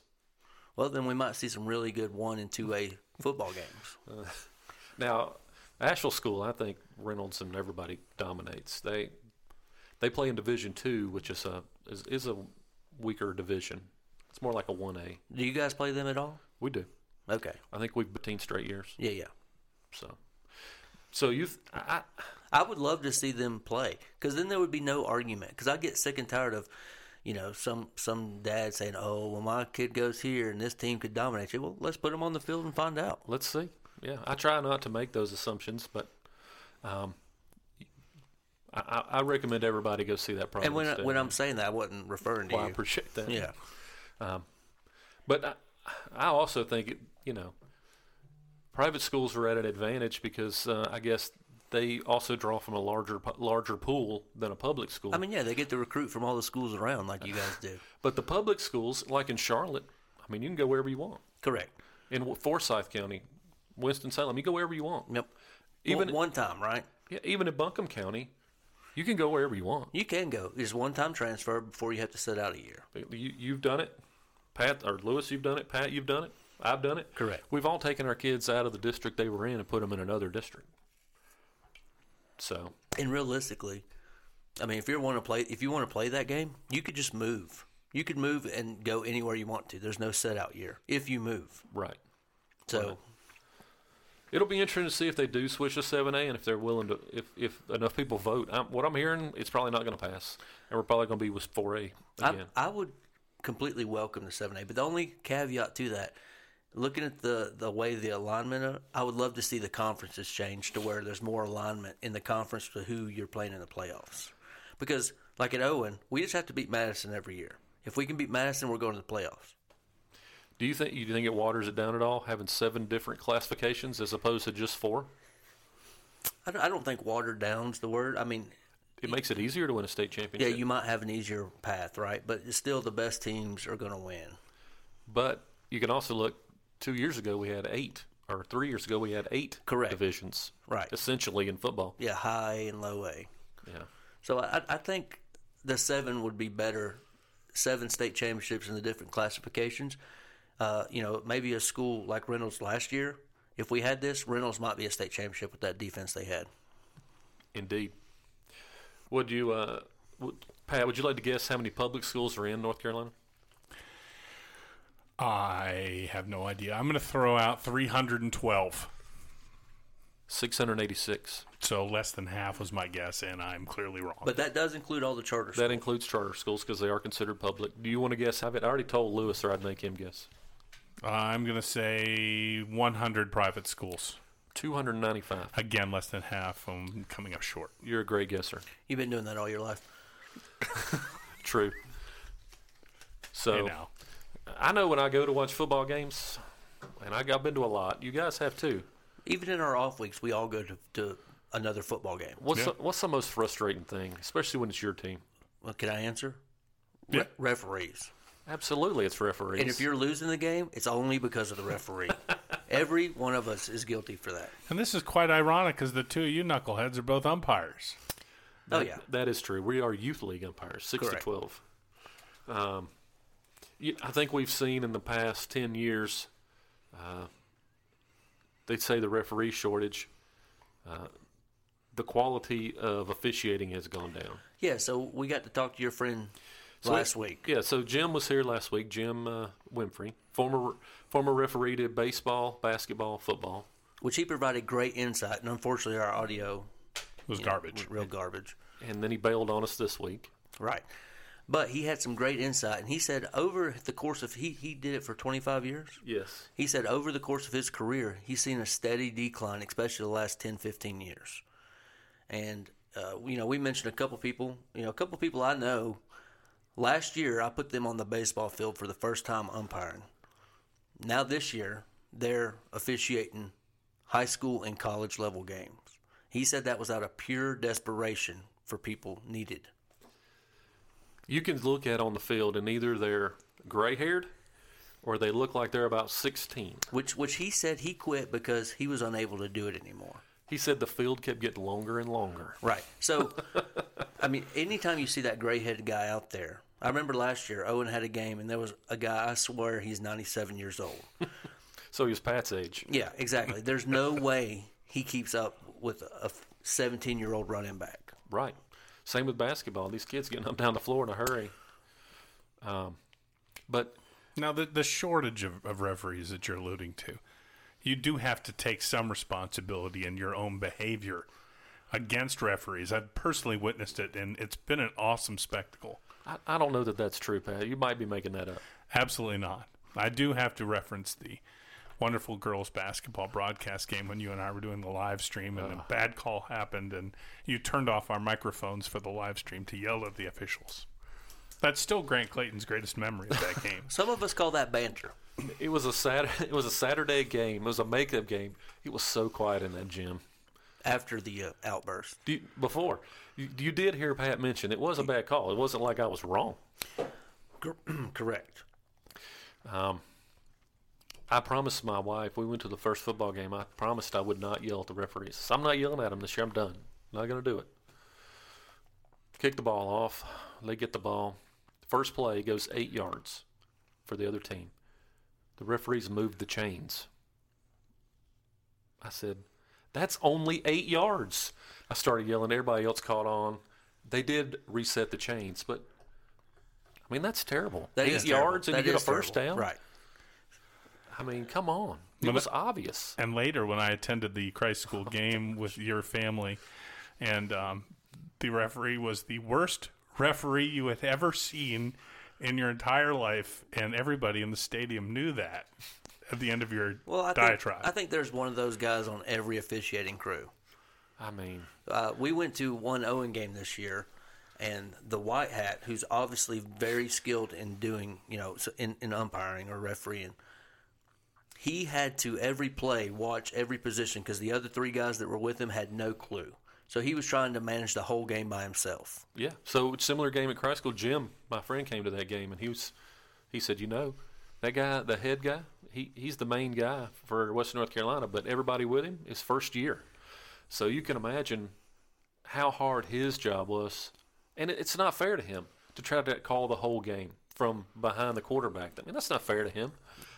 [SPEAKER 4] well, then we might see some really good one and two A football games.
[SPEAKER 3] Now, Asheville School, I think Reynolds and everybody dominates. They they play in Division Two, which is a is, is a weaker division. It's more like a one A.
[SPEAKER 4] Do you guys play them at all?
[SPEAKER 3] We do.
[SPEAKER 4] Okay.
[SPEAKER 3] I think we've 15 straight years.
[SPEAKER 4] Yeah, yeah.
[SPEAKER 3] So, so you, th- I, I-
[SPEAKER 4] I would love to see them play because then there would be no argument. Because I get sick and tired of, you know, some some dad saying, "Oh, well, my kid goes here and this team could dominate you." Well, let's put them on the field and find out.
[SPEAKER 3] let's see. Yeah, I try not to make those assumptions, but um, I, I I recommend everybody go see that product.
[SPEAKER 4] And when I,
[SPEAKER 3] instead.
[SPEAKER 4] when I'm saying that, I wasn't referring to
[SPEAKER 3] well, I
[SPEAKER 4] you.
[SPEAKER 3] appreciate that.
[SPEAKER 4] Yeah.
[SPEAKER 3] But I, I also think it, you know, private schools are at an advantage because uh, I guess they also draw from a larger pu- larger pool than a public school.
[SPEAKER 4] I mean, yeah, they get to recruit from all the schools around, like you guys do.
[SPEAKER 3] but the public schools, like in Charlotte, I mean, you can go wherever you want.
[SPEAKER 4] [SIGHS] Correct.
[SPEAKER 3] In W- Forsyth County, Winston Salem, you go wherever you want.
[SPEAKER 4] Yep.
[SPEAKER 3] Even
[SPEAKER 4] Even one time, right?
[SPEAKER 3] yeah, even in Buncombe County, you can go wherever you want.
[SPEAKER 4] You can go. It's one time transfer before you have to sit out a year.
[SPEAKER 3] You, you've done it, Pat or Lewis. You've done it, Pat. You've done it. I've done it.
[SPEAKER 4] Correct.
[SPEAKER 3] We've all taken our kids out of the district they were in and put them in another district. So
[SPEAKER 4] And realistically, I mean, if you want to play, if you want to play that game, you could just move. You could move and go anywhere you want to. There's no set out year if you move.
[SPEAKER 3] right,
[SPEAKER 4] So
[SPEAKER 3] it'll be interesting to see if they do switch to seven A and if they're willing to, if if enough people vote. I'm, what I'm hearing, it's probably not going to pass, and we're probably going to be with four A again.
[SPEAKER 4] I, I would completely welcome the seven A. But the only caveat to that, looking at the the way the alignment, are, I would love to see the conferences change to where there's more alignment in the conference to who you're playing in the playoffs. Because like at Owen, we just have to beat Madison every year. If we can beat Madison, we're going to the playoffs.
[SPEAKER 3] do you think you think it waters it down at all having seven different classifications as opposed to just four?
[SPEAKER 4] I don't, I don't think watered down's the word. I mean,
[SPEAKER 3] It makes it easier to win a state
[SPEAKER 4] Yeah,
[SPEAKER 3] championship.
[SPEAKER 4] you might have an easier path, right? But it's still, the best teams are going to win.
[SPEAKER 3] But you can also look. Two years ago, we had eight, or three years ago, we had eight
[SPEAKER 4] Correct.
[SPEAKER 3] divisions,
[SPEAKER 4] Right.
[SPEAKER 3] Essentially in football.
[SPEAKER 4] Yeah, high and low A.
[SPEAKER 3] Yeah,
[SPEAKER 4] So I, I think the seven would be better. Seven state championships in the different classifications. Uh, you know, maybe a school like Reynolds last year. If we had this, Reynolds might be a state championship with that defense they had.
[SPEAKER 3] indeed. Would you, uh, would, Pat? Would you like to guess how many public schools are in North Carolina?
[SPEAKER 2] I have no idea. I'm going to throw out 312.
[SPEAKER 3] Six hundred eighty-six.
[SPEAKER 2] So less than half was my guess, and I'm clearly wrong.
[SPEAKER 4] But that does include all the charter schools.
[SPEAKER 3] That includes charter schools because they are considered public. Do you want to guess? Have it? I already told Lewis, or I'd make him guess.
[SPEAKER 2] I'm going to say 100 private schools.
[SPEAKER 3] Two hundred ninety-five.
[SPEAKER 2] Again, less than half. I'm coming up short.
[SPEAKER 3] You're a great guesser.
[SPEAKER 4] You've been doing that all your life.
[SPEAKER 3] True. So
[SPEAKER 2] Hey,
[SPEAKER 3] Oh.
[SPEAKER 2] now.
[SPEAKER 3] I know when I go to watch football games, and I, I've been to a lot. You guys have too.
[SPEAKER 4] Even in our off weeks, we all go to, to another football game.
[SPEAKER 3] What's
[SPEAKER 2] Yeah.
[SPEAKER 3] the, what's the most frustrating thing, especially when it's your team?
[SPEAKER 4] Well, can I answer?
[SPEAKER 2] Yeah.
[SPEAKER 4] Referees.
[SPEAKER 3] Absolutely, it's referees.
[SPEAKER 4] And if you're losing the game, it's only because of the referee. Every one of us is guilty for that.
[SPEAKER 2] And this is quite ironic because the two of you knuckleheads are both umpires.
[SPEAKER 4] Oh yeah,
[SPEAKER 3] That is true. We are youth league umpires, six to
[SPEAKER 4] Correct.
[SPEAKER 3] twelve. Um, you- I think we've seen in the past ten years, uh, they say the referee shortage. Uh, the quality of officiating has gone down.
[SPEAKER 4] yeah. So we got to talk to your friend last week.
[SPEAKER 3] Yeah, so Jim was here last week. Jim uh, Winfrey, former former referee to baseball, basketball, football.
[SPEAKER 4] which he provided great insight. And unfortunately, our audio
[SPEAKER 2] was garbage.
[SPEAKER 4] was real garbage.
[SPEAKER 3] and then he bailed on us this week.
[SPEAKER 4] Right. But he had some great insight, and he said over the course of he he did it for 25 years.
[SPEAKER 3] Yes.
[SPEAKER 4] He said over the course of his career, he's seen a steady decline, especially the last 10, 15 years. And uh, you know, we mentioned a couple people. You know, a couple people I know. Last year, I put them on the baseball field for the first time umpiring. Now this year, they're officiating high school and college level games. He said that was out of pure desperation for people needed.
[SPEAKER 3] You can look at on the field, and either they're gray haired or they look like they're about 16.
[SPEAKER 4] Which, which he said he quit because he was unable to do it anymore.
[SPEAKER 3] He said the field kept getting longer and longer.
[SPEAKER 4] Right. [LAUGHS] So, I mean, anytime you see that gray headed guy out there, I remember last year Owen had a game and there was a guy, I swear he's 97 years old.
[SPEAKER 3] So he was Pat's age.
[SPEAKER 4] Yeah, exactly. There's no way he keeps up with a 17 year old running back.
[SPEAKER 3] Right. Same with basketball. These kids getting up down the floor in a hurry. Um, but
[SPEAKER 2] Now, the, the shortage of, of referees that you're alluding to, you do have to take some responsibility in your own behavior against referees. I've personally witnessed it, and it's been an awesome spectacle.
[SPEAKER 3] I, I don't know that that's true, Pat. You might be making that up.
[SPEAKER 2] Absolutely not. I do have to reference the wonderful girls basketball broadcast game when you and I were doing the live stream and a bad call happened and you turned off our microphones for the live stream to yell at the officials. That's still Grant Clayton's greatest memory of that [LAUGHS] game.
[SPEAKER 4] Some of us call that banter.
[SPEAKER 3] It was a Saturday, [LAUGHS] it was a Saturday game. It was a makeup game. It was so quiet in that gym.
[SPEAKER 4] After the uh, outburst,
[SPEAKER 3] Do you, before you, you did hear Pat mention it was a bad call. It wasn't like I was wrong.
[SPEAKER 4] Cor- [CLEARS THROAT] correct.
[SPEAKER 3] I promised my wife we went to the first football game. I promised I would not yell at the referees. I'm not yelling at them this year. I'm done. Not gonna do it. Kick the ball off. They get the ball. First play goes eight yards for the other team. The referees moved the chains. I said, "That's only eight yards." I started yelling. Everybody else caught on. They did reset the chains, but I mean that's terrible.
[SPEAKER 4] That
[SPEAKER 3] eight
[SPEAKER 4] is terrible.
[SPEAKER 3] yards and
[SPEAKER 4] That
[SPEAKER 3] you get a
[SPEAKER 4] is terrible.
[SPEAKER 3] first down.
[SPEAKER 4] Right.
[SPEAKER 3] I mean, come on. It
[SPEAKER 2] Well,
[SPEAKER 3] was
[SPEAKER 2] that-
[SPEAKER 3] obvious.
[SPEAKER 2] and later when I attended the Christ
[SPEAKER 3] Oh,
[SPEAKER 2] School game with your family, and um, the referee was the worst referee you had ever seen in your entire life, and everybody in the stadium knew that at the end of your
[SPEAKER 4] Well, I think,
[SPEAKER 2] diatribe.
[SPEAKER 4] I think there's one of those guys on every officiating crew.
[SPEAKER 3] I mean,
[SPEAKER 4] Uh, we went to one Owen game this year, and the white hat, who's obviously very skilled in doing, you know, so in, in umpiring or refereeing, he had to every play watch every position because the other three guys that were with him had no clue. So he was trying to manage the whole game by himself.
[SPEAKER 3] yeah. So similar game at Christ School. Jim, my friend, came to that game and he was, he said, you know, that guy, the head guy, he, he's the main guy for Western North Carolina, but everybody with him is first year. So you can imagine how hard his job was, and it, it's not fair to him to try to call the whole game from behind the quarterback. I mean, that's not fair to him.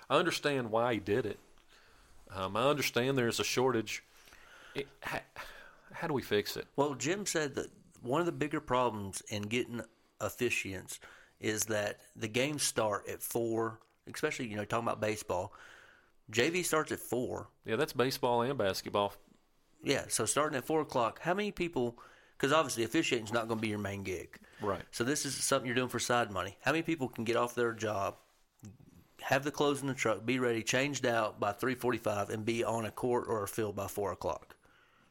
[SPEAKER 3] I understand why he did it. Um, I understand there's a shortage. It, how, how do we fix it?
[SPEAKER 4] Well, Jim said that one of the bigger problems in getting officiants is that the games start at four, especially, you know, talking about baseball. JV starts at four.
[SPEAKER 3] Yeah, that's baseball and basketball.
[SPEAKER 4] Yeah, so starting at four o'clock, how many people? Because obviously, officiating's not going to be your main gig,
[SPEAKER 3] Right.
[SPEAKER 4] So this is something you're doing for side money. How many people can get off their job, have the clothes in the truck, be ready, changed out by three forty-five, and be on a court or a field by four o'clock?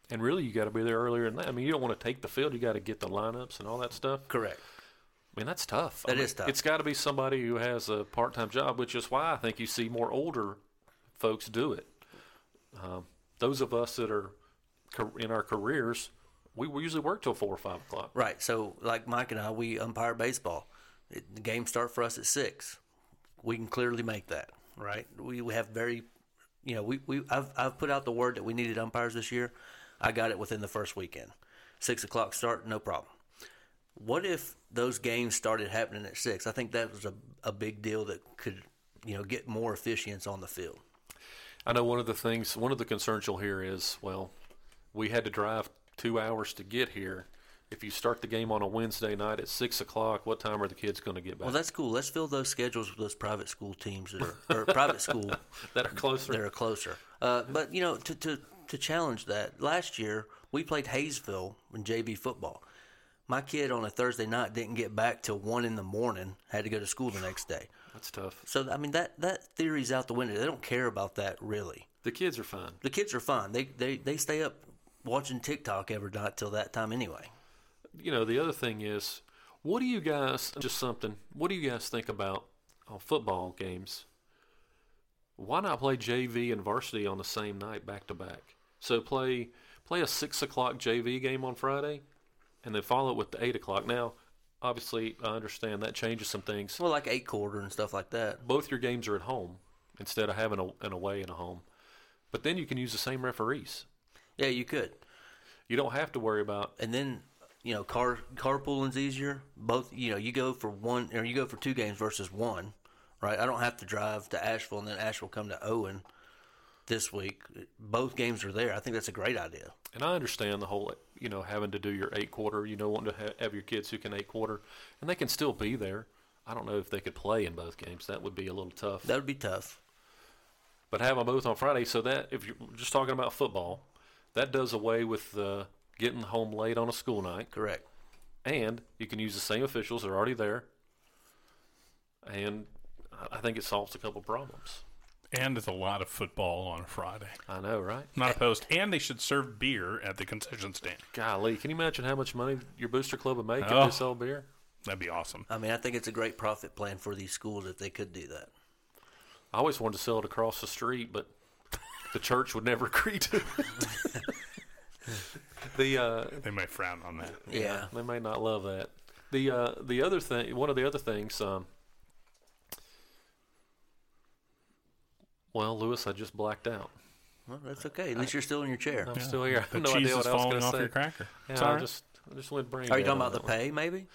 [SPEAKER 3] And really, you got to be there earlier than that. I mean, you don't want to take the field. You got to get the lineups and all that stuff.
[SPEAKER 4] Correct.
[SPEAKER 3] I mean, that's tough.
[SPEAKER 4] That
[SPEAKER 3] I mean,
[SPEAKER 4] is tough.
[SPEAKER 3] It's got to be somebody who has a part-time job, which is why I think you see more older folks do it. Um, those of us that are car- in our careers, we we usually work till four or five o'clock.
[SPEAKER 4] Right. So, like Mike and I, we umpire baseball. It, the games start for us at six. We can clearly make that. Right. We, we have very, you know, we, we I've I've put out the word that we needed umpires this year. I got it within the first weekend. six o'clock start, no problem. What if those games started happening at six? I think that was a, a big deal that could, you know, get more officiants on the field.
[SPEAKER 3] I know one of the things, one of the concerns you'll hear is, well, we had to drive two hours to get here. If you start the game on a Wednesday night at six o'clock, what time are the kids going to get back?
[SPEAKER 4] Well, that's cool. Let's fill those schedules with those private school teams that are or private school
[SPEAKER 3] that are closer.
[SPEAKER 4] that are closer. Uh, but you know, to, to to challenge that, last year we played Hayesville in JV football. My kid on a Thursday night didn't get back till one in the morning. Had to go to school the next day.
[SPEAKER 3] That's tough.
[SPEAKER 4] So I mean that that theory's out the window. They don't care about that really.
[SPEAKER 3] The kids are fine.
[SPEAKER 4] The kids are fine. They they they stay up watching TikTok every night till that time anyway.
[SPEAKER 3] you know, the other thing is, what do you guys just something? What do you guys think about on football games? Why not play JV and varsity on the same night back to back? So play play a six o'clock JV game on Friday, and then follow it with the eight o'clock. Now, obviously, I understand that changes some things.
[SPEAKER 4] Well, like eight quarter and stuff like that.
[SPEAKER 3] Both your games are at home instead of having a, an away and a home, but then you can use the same referees.
[SPEAKER 4] Yeah, you could.
[SPEAKER 3] You don't have to worry about
[SPEAKER 4] and then you know car carpooling's easier. Both you know you go for one or you go for two games versus one, right? I don't have to drive to Asheville and then Asheville come to Owen this week. Both games are there. I think that's a great idea.
[SPEAKER 3] And I understand the whole, you know, having to do your eight quarter. You know, wanting to ha- have your kids who can eight quarter, and they can still be there. I don't know if they could play in both games. That would be a little tough.
[SPEAKER 4] That would be tough.
[SPEAKER 3] but have them both on Friday, so that if you're just talking about football, that does away with uh, getting home late on a school night,
[SPEAKER 4] Correct.
[SPEAKER 3] and you can use the same officials that are already there. And I- I think it solves a couple problems.
[SPEAKER 2] And it's a lot of football on a Friday.
[SPEAKER 3] I know, right?
[SPEAKER 2] Not
[SPEAKER 3] [LAUGHS]
[SPEAKER 2] opposed. And they should serve beer at the concession stand.
[SPEAKER 3] Golly, can you imagine how much money your booster club would make
[SPEAKER 2] Oh.
[SPEAKER 3] if they sell beer?
[SPEAKER 2] That'd be awesome.
[SPEAKER 4] I mean, I think it's a great profit plan for these schools if they could do that.
[SPEAKER 3] I always wanted to sell it across the street, but the church would never [LAUGHS] agree to it.
[SPEAKER 4] [LAUGHS]
[SPEAKER 3] the uh,
[SPEAKER 2] They might frown on that.
[SPEAKER 4] Yeah.
[SPEAKER 3] they may not love that. The uh, the other thing, one of the other things, um, well, Lewis, I just blacked out.
[SPEAKER 4] Well, that's okay. At least you're still in your chair.
[SPEAKER 3] I'm still here. [LAUGHS] [LAUGHS] I
[SPEAKER 2] The
[SPEAKER 3] have no
[SPEAKER 2] cheese
[SPEAKER 3] idea
[SPEAKER 2] is
[SPEAKER 3] what I was
[SPEAKER 2] falling
[SPEAKER 3] going to
[SPEAKER 2] off
[SPEAKER 3] say.
[SPEAKER 2] your cracker.
[SPEAKER 3] Yeah,
[SPEAKER 2] It's all
[SPEAKER 3] I
[SPEAKER 2] right.
[SPEAKER 3] just I just went brain.
[SPEAKER 4] Are you
[SPEAKER 3] dead
[SPEAKER 4] talking
[SPEAKER 3] on
[SPEAKER 4] about the
[SPEAKER 3] that one.
[SPEAKER 4] pay? Maybe.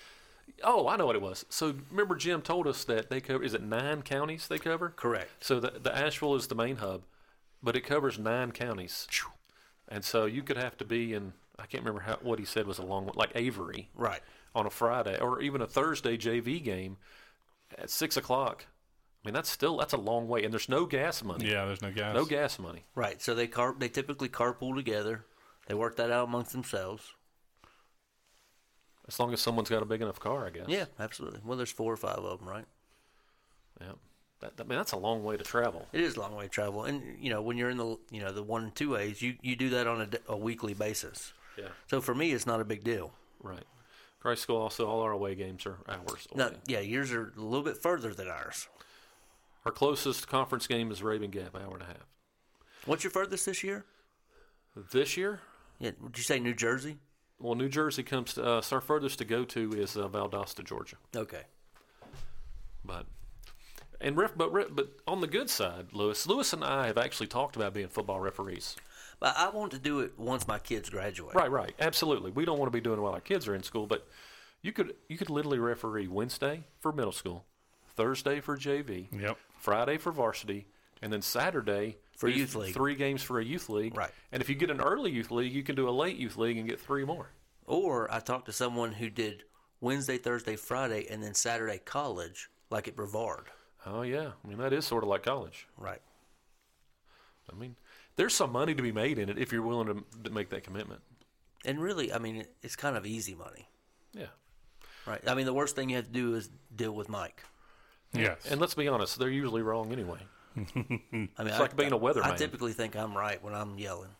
[SPEAKER 3] Oh, I know what it was. So remember, Jim told us that they cover. Is it nine counties they cover?
[SPEAKER 4] Correct.
[SPEAKER 3] So the, the Asheville is the main hub, but it covers nine counties. And so you could have to be in, I can't remember how, what he said was a long one, like Avery
[SPEAKER 4] Right.
[SPEAKER 3] on a Friday or even a Thursday JV game at six o'clock. I mean, that's still, that's a long way. And there's no gas money.
[SPEAKER 2] Yeah, there's no gas.
[SPEAKER 3] No gas money.
[SPEAKER 4] Right. So they car they typically carpool together. They work that out amongst themselves.
[SPEAKER 3] As long as someone's got a big enough car, I guess.
[SPEAKER 4] Yeah, absolutely. Well, there's four or five of them, right?
[SPEAKER 3] Yeah. That, I mean, that's a long way to travel.
[SPEAKER 4] It is long way travel, and you know when you're in the you know the one and two A's, you you do that on a, d- a weekly basis.
[SPEAKER 3] Yeah.
[SPEAKER 4] So for me, it's not a big deal.
[SPEAKER 3] Right. Christ School also, all our away games are hours away.
[SPEAKER 4] Now, yeah, yours are a little bit further than ours.
[SPEAKER 3] Our closest conference game is Raven Gap, hour and a half.
[SPEAKER 4] What's your furthest this year?
[SPEAKER 3] This year,
[SPEAKER 4] Yeah, would you say New Jersey?
[SPEAKER 3] Well, New Jersey comes to us. Our furthest to go to is uh, Valdosta, Georgia.
[SPEAKER 4] Okay.
[SPEAKER 3] But and ref, but re- but on the good side, Lewis, Lewis and I have actually talked about being football referees.
[SPEAKER 4] But I want to do it once my kids graduate.
[SPEAKER 3] Right, right, absolutely. We don't want to be doing it while our kids are in school, but you could you could literally referee Wednesday for middle school, Thursday for JV,
[SPEAKER 2] Yep.
[SPEAKER 3] Friday for varsity, and then Saturday
[SPEAKER 4] For
[SPEAKER 3] do
[SPEAKER 4] youth league.
[SPEAKER 3] Three games for a youth league.
[SPEAKER 4] Right.
[SPEAKER 3] And if you get an early youth league, you can do a late youth league and get three more.
[SPEAKER 4] Or I talked to someone who did Wednesday, Thursday, Friday, and then Saturday college, like at Brevard.
[SPEAKER 3] Oh yeah, I mean that is sort of like college.
[SPEAKER 4] Right.
[SPEAKER 3] I mean, there's some money to be made in it if you're willing to, to make that commitment.
[SPEAKER 4] And really, I mean, it- it's kind of easy money.
[SPEAKER 3] Yeah.
[SPEAKER 4] Right. I mean, the worst thing you have to do is deal with Mike.
[SPEAKER 2] Yes.
[SPEAKER 3] And let's be honest, they're usually wrong anyway.
[SPEAKER 4] I mean,
[SPEAKER 3] It's
[SPEAKER 4] I,
[SPEAKER 3] like being a
[SPEAKER 4] I
[SPEAKER 3] weatherman.
[SPEAKER 4] typically think I'm right when I'm yelling.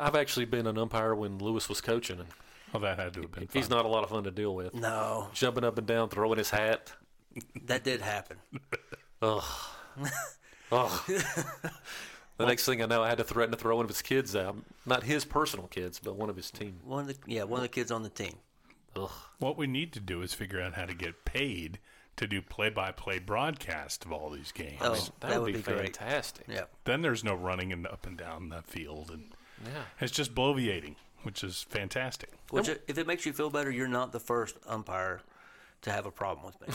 [SPEAKER 3] I've actually been an umpire when Lewis was coaching, and
[SPEAKER 2] well, that had to have been fun.
[SPEAKER 3] he's not a lot of fun to deal with.
[SPEAKER 4] No,
[SPEAKER 3] Jumping up and down, throwing his hat.
[SPEAKER 4] that did happen.
[SPEAKER 3] Ugh. Ugh. [LAUGHS] the next thing I know, I had to threaten to throw one of his kids out. Not his personal kids, but one of his team.
[SPEAKER 4] One of the yeah, one of the kids on the team.
[SPEAKER 3] Ugh.
[SPEAKER 2] What we need to do is figure out how to get paid to do play-by-play broadcast of all these games.
[SPEAKER 4] Oh,
[SPEAKER 3] That, would, be,
[SPEAKER 4] great.
[SPEAKER 3] fantastic.
[SPEAKER 4] Yeah,
[SPEAKER 2] Then there's no running and up and down the field, and
[SPEAKER 3] Yeah.
[SPEAKER 2] it's just bloviating. which is fantastic.
[SPEAKER 4] Which, if it makes you feel better, you're not the first umpire to have a problem
[SPEAKER 3] [LAUGHS]
[SPEAKER 4] with me.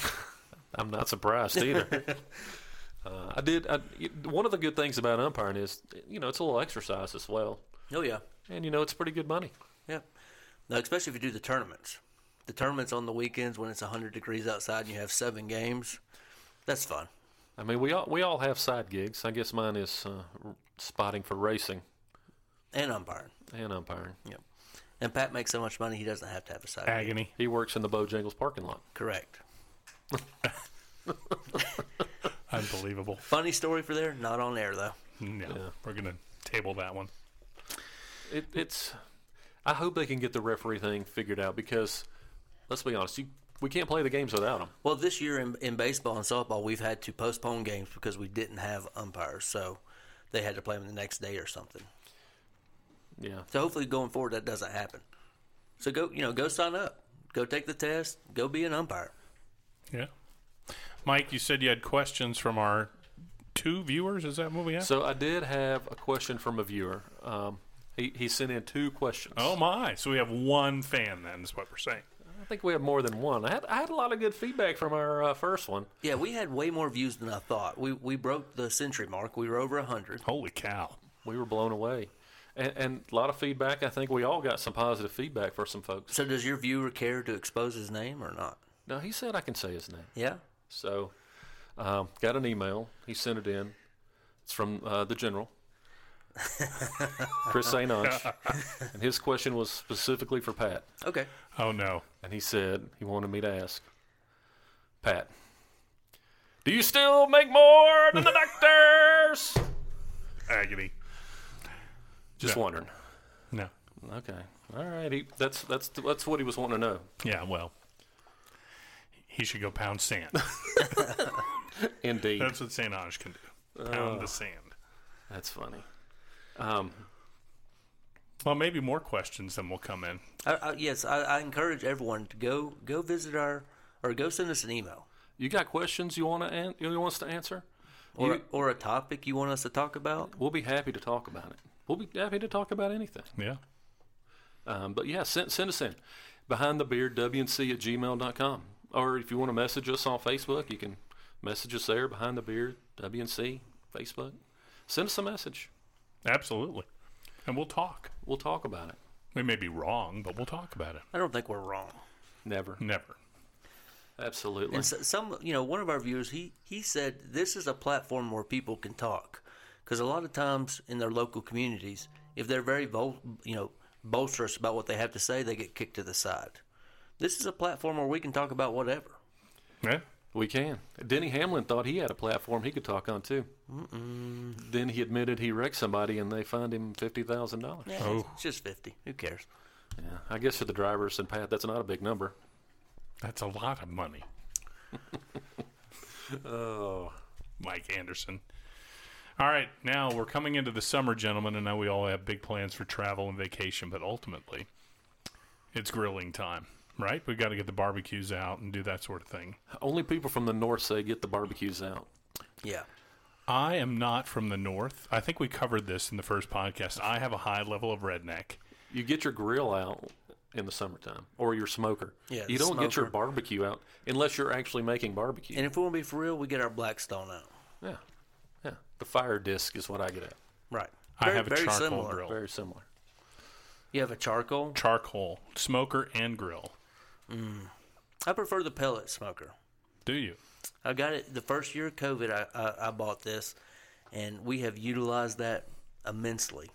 [SPEAKER 3] I'm not surprised [LAUGHS] either. uh, I did. I, it- one of the good things about umpiring is, you know, it's a little exercise as well,
[SPEAKER 4] oh yeah,
[SPEAKER 3] and you know, it's pretty good money.
[SPEAKER 4] yeah. Now, especially if you do the tournaments, the tournaments on the weekends when it's 100 degrees outside and you have seven games, that's fun.
[SPEAKER 3] I mean, we all we all have side gigs. I guess mine is uh, r- spotting for racing
[SPEAKER 4] And umpiring.
[SPEAKER 3] and umpiring.
[SPEAKER 4] Yep. And Pat makes so much money he doesn't have to have a side. gig.
[SPEAKER 2] Agony.
[SPEAKER 3] He works in the Bojangles parking lot.
[SPEAKER 4] Correct.
[SPEAKER 2] Unbelievable.
[SPEAKER 4] Funny story for there, not on air though.
[SPEAKER 2] No, we're going to table that one.
[SPEAKER 3] It, it's. I hope they can get the referee thing figured out because, let's be honest, you, we can't play the games without them.
[SPEAKER 4] Well, this year in, in baseball and softball, we've had to postpone games because we didn't have umpires, so they had to play them the next day or something.
[SPEAKER 3] Yeah,
[SPEAKER 4] So hopefully, going forward, that doesn't happen. So go, you know, go sign up, go take the test, go be an umpire.
[SPEAKER 2] Yeah. Mike, you said you had questions from our two viewers. Is that what we have?
[SPEAKER 3] So I did have a question from a viewer. Um, he, he sent in two questions.
[SPEAKER 2] oh, my. So we have one fan, then, is what we're saying.
[SPEAKER 3] I think we have more than one. I had, I had a lot of good feedback from our uh, first one.
[SPEAKER 4] Yeah, we had way more views than I thought. We we broke the century mark. We were over hundred.
[SPEAKER 2] Holy cow.
[SPEAKER 3] We were blown away, and, and a lot of feedback. I think we all got some positive feedback for some folks.
[SPEAKER 4] So does your viewer care to expose his name or not?
[SPEAKER 3] Now he said I can say his name,
[SPEAKER 4] Yeah.
[SPEAKER 3] so um, got an email. He sent it in. It's from uh, the general. Chris St. Ange. and his question was specifically for Pat.
[SPEAKER 4] Okay.
[SPEAKER 2] Oh, no.
[SPEAKER 3] And he said he wanted me to ask, Pat, do you still make more than the doctors?
[SPEAKER 2] Agony.
[SPEAKER 3] Just
[SPEAKER 2] No.
[SPEAKER 3] wondering.
[SPEAKER 2] No.
[SPEAKER 3] Okay. All right. He, that's that's that's what he was wanting to know.
[SPEAKER 2] Yeah, well, he should go pound sand.
[SPEAKER 3] Indeed.
[SPEAKER 2] That's what St. Ange can do pound the sand.
[SPEAKER 3] That's funny. Um,
[SPEAKER 2] Well, maybe more questions then will come in.
[SPEAKER 4] I, I, yes, I, I encourage everyone to go go visit our or go send us an email
[SPEAKER 3] you got questions you want to an- you want us to answer?
[SPEAKER 4] or
[SPEAKER 3] You-
[SPEAKER 4] or a topic you want us to talk about.
[SPEAKER 3] We'll be happy to talk about it. We'll be happy to talk about anything.
[SPEAKER 2] Yeah.
[SPEAKER 3] Um, but yeah, send, send us in behind the beard wnc at gmail.com. Or if you want to message us on Facebook, you can message us there behind the beard wnc Facebook. Send us a message.
[SPEAKER 2] Absolutely. And we'll talk.
[SPEAKER 3] We'll talk about it.
[SPEAKER 2] We may be wrong, but we'll talk about it.
[SPEAKER 4] I don't think we're wrong.
[SPEAKER 3] Never.
[SPEAKER 2] Never.
[SPEAKER 3] Absolutely.
[SPEAKER 4] And so, some, you know, one of our viewers, he he said this is a platform where people can talk, because a lot of times in their local communities, if they're very, bol- you know, bolsterous about what they have to say, they get kicked to the side. This is a platform where we can talk about whatever.
[SPEAKER 2] Yeah.
[SPEAKER 3] We can. Denny Hamlin thought he had a platform he could talk on too. Mm-mm. Then he admitted he wrecked somebody and they fined him fifty thousand dollars.
[SPEAKER 4] Yeah,
[SPEAKER 2] Oh.
[SPEAKER 4] it's, it's just fifty. Who cares?
[SPEAKER 3] Yeah, I guess for the drivers and Pat, that's not a big number.
[SPEAKER 2] That's a lot of money.
[SPEAKER 3] Oh,
[SPEAKER 2] Mike Anderson. All right, now we're coming into the summer, gentlemen, and now we all have big plans for travel and vacation, but ultimately, it's grilling time, right? We've got to get the barbecues out and do that sort of thing.
[SPEAKER 3] only people from the north say get the barbecues out.
[SPEAKER 4] Yeah,
[SPEAKER 2] I am not from the north. I think we covered this in the first podcast. I have a high level of redneck.
[SPEAKER 3] You get your grill out in the summertime or your smoker.
[SPEAKER 4] Yeah,
[SPEAKER 3] you
[SPEAKER 4] the
[SPEAKER 3] don't get your
[SPEAKER 4] smoker.
[SPEAKER 3] barbecue out unless you're actually making barbecue.
[SPEAKER 4] and if we want to be for real, we get our Blackstone out.
[SPEAKER 3] yeah, yeah. The fire disc is what I get at.
[SPEAKER 4] Right.
[SPEAKER 2] I have a charcoal grill.
[SPEAKER 3] Very similar.
[SPEAKER 4] You have a charcoal.
[SPEAKER 2] Charcoal, smoker, and grill.
[SPEAKER 4] I prefer the pellet smoker.
[SPEAKER 2] Do you?
[SPEAKER 4] I got it the first year of COVID. I, I, I bought this, and we have utilized that immensely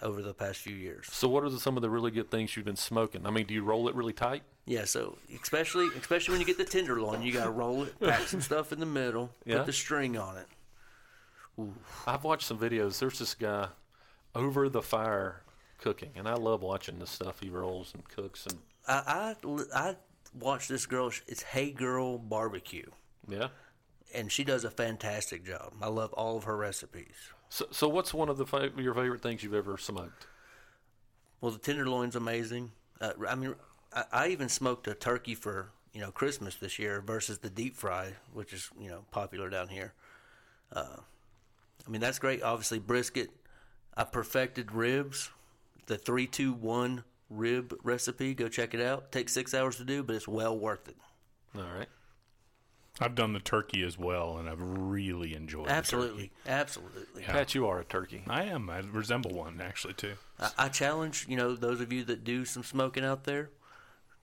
[SPEAKER 4] over the past few years.
[SPEAKER 3] So, what are the- some of the really good things you've been smoking? I mean, do you roll it really tight?
[SPEAKER 4] Yeah, so especially especially when you get the tenderloin, you gotta roll it, pack some stuff in the middle,
[SPEAKER 3] Yeah.
[SPEAKER 4] put the string on it.
[SPEAKER 3] I've watched some videos. There's this guy over the fire cooking, and I love watching the stuff he rolls and cooks. And
[SPEAKER 4] I I, I watch this girl. It's Hey Girl Barbecue,
[SPEAKER 3] yeah.
[SPEAKER 4] and she does a fantastic job. I love all of her recipes.
[SPEAKER 3] So, so what's one of the fa- your favorite things you've ever smoked?
[SPEAKER 4] Well, the tenderloin's amazing. Uh, I mean, I, I even smoked a turkey for you know Christmas this year versus the deep fry, which is you know popular down here. Uh, I mean, that's great. Obviously, brisket. I perfected ribs. the 321 rib recipe. Go check it out. Takes six hours to do, but it's well worth it.
[SPEAKER 3] All right.
[SPEAKER 2] I've done the turkey as well, and I've really enjoyed the turkey.
[SPEAKER 4] Absolutely. Absolutely.
[SPEAKER 3] Pat, you are a turkey.
[SPEAKER 2] I am. I resemble one actually too.
[SPEAKER 4] I, I challenge, you know, those of you that do some smoking out there,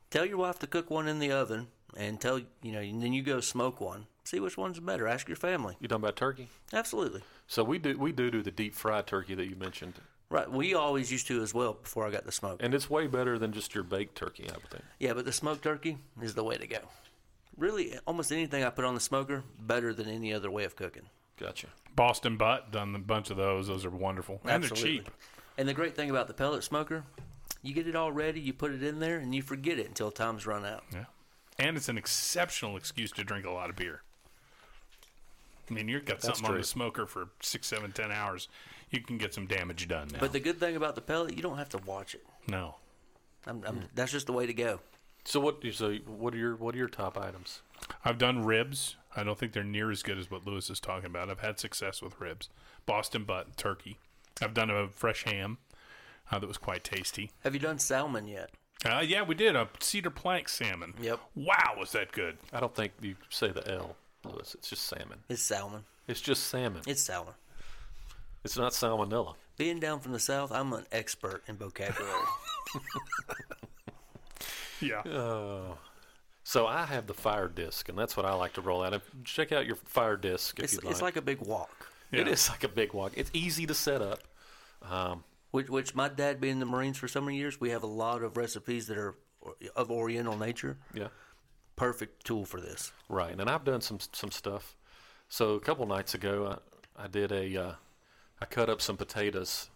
[SPEAKER 4] tell your wife to cook one in the oven and tell, you know, and then you go smoke one. See which one's better. Ask your family.
[SPEAKER 3] You talking about turkey?
[SPEAKER 4] Absolutely.
[SPEAKER 3] So we do we do do the deep fried turkey that you mentioned,
[SPEAKER 4] Right. We always used to as well before I got the smoke.
[SPEAKER 3] and it's way better than just your baked turkey. I would think.
[SPEAKER 4] Yeah, but the smoked turkey is the way to go. Really, almost anything I put on the smoker, better than any other way of cooking.
[SPEAKER 3] Gotcha.
[SPEAKER 2] Boston butt done a bunch of those. Those are wonderful and
[SPEAKER 4] Absolutely.
[SPEAKER 2] they're cheap.
[SPEAKER 4] And the great thing about the pellet smoker, you get it all ready, you put it in there, and you forget it until time's run out.
[SPEAKER 2] Yeah, and it's an exceptional excuse to drink a lot of beer. I mean, you've got something on
[SPEAKER 3] true.
[SPEAKER 2] the smoker for six, seven, ten hours. You can get some damage done now.
[SPEAKER 4] But the good thing about the pellet, you don't have to watch it.
[SPEAKER 2] no,
[SPEAKER 4] I'm, I'm, That's just the way to go.
[SPEAKER 3] So what? So what are your what are your top items?
[SPEAKER 2] I've done ribs. I don't think they're near as good as what Lewis is talking about. I've had success with ribs, Boston butt, turkey. I've done a fresh ham uh, that was quite tasty.
[SPEAKER 4] Have you done salmon yet?
[SPEAKER 2] Uh, yeah, we did a cedar plank salmon.
[SPEAKER 4] Yep.
[SPEAKER 2] Wow, was that good?
[SPEAKER 3] I don't think you say the L, Lewis. It's just salmon.
[SPEAKER 4] It's salmon.
[SPEAKER 3] It's just salmon.
[SPEAKER 4] It's salmon.
[SPEAKER 3] It's not salmonella.
[SPEAKER 4] Being down from the South, I'm an expert in vocabulary.
[SPEAKER 2] Yeah.
[SPEAKER 3] So I have the fire disc, and that's what I like to roll out. And Check out your fire disc [LAUGHS] if
[SPEAKER 4] it's,
[SPEAKER 3] you'd like.
[SPEAKER 4] it's like a big walk.
[SPEAKER 2] Yeah.
[SPEAKER 3] It is like a big walk. It's easy to set up.
[SPEAKER 4] Which, which my dad being in the Marines for so many years, we have a lot of recipes that are of Oriental nature.
[SPEAKER 3] Yeah.
[SPEAKER 4] Perfect tool for this.
[SPEAKER 3] Right. And I've done some some stuff. So a couple nights ago, I, I did a uh, I cut up some potatoes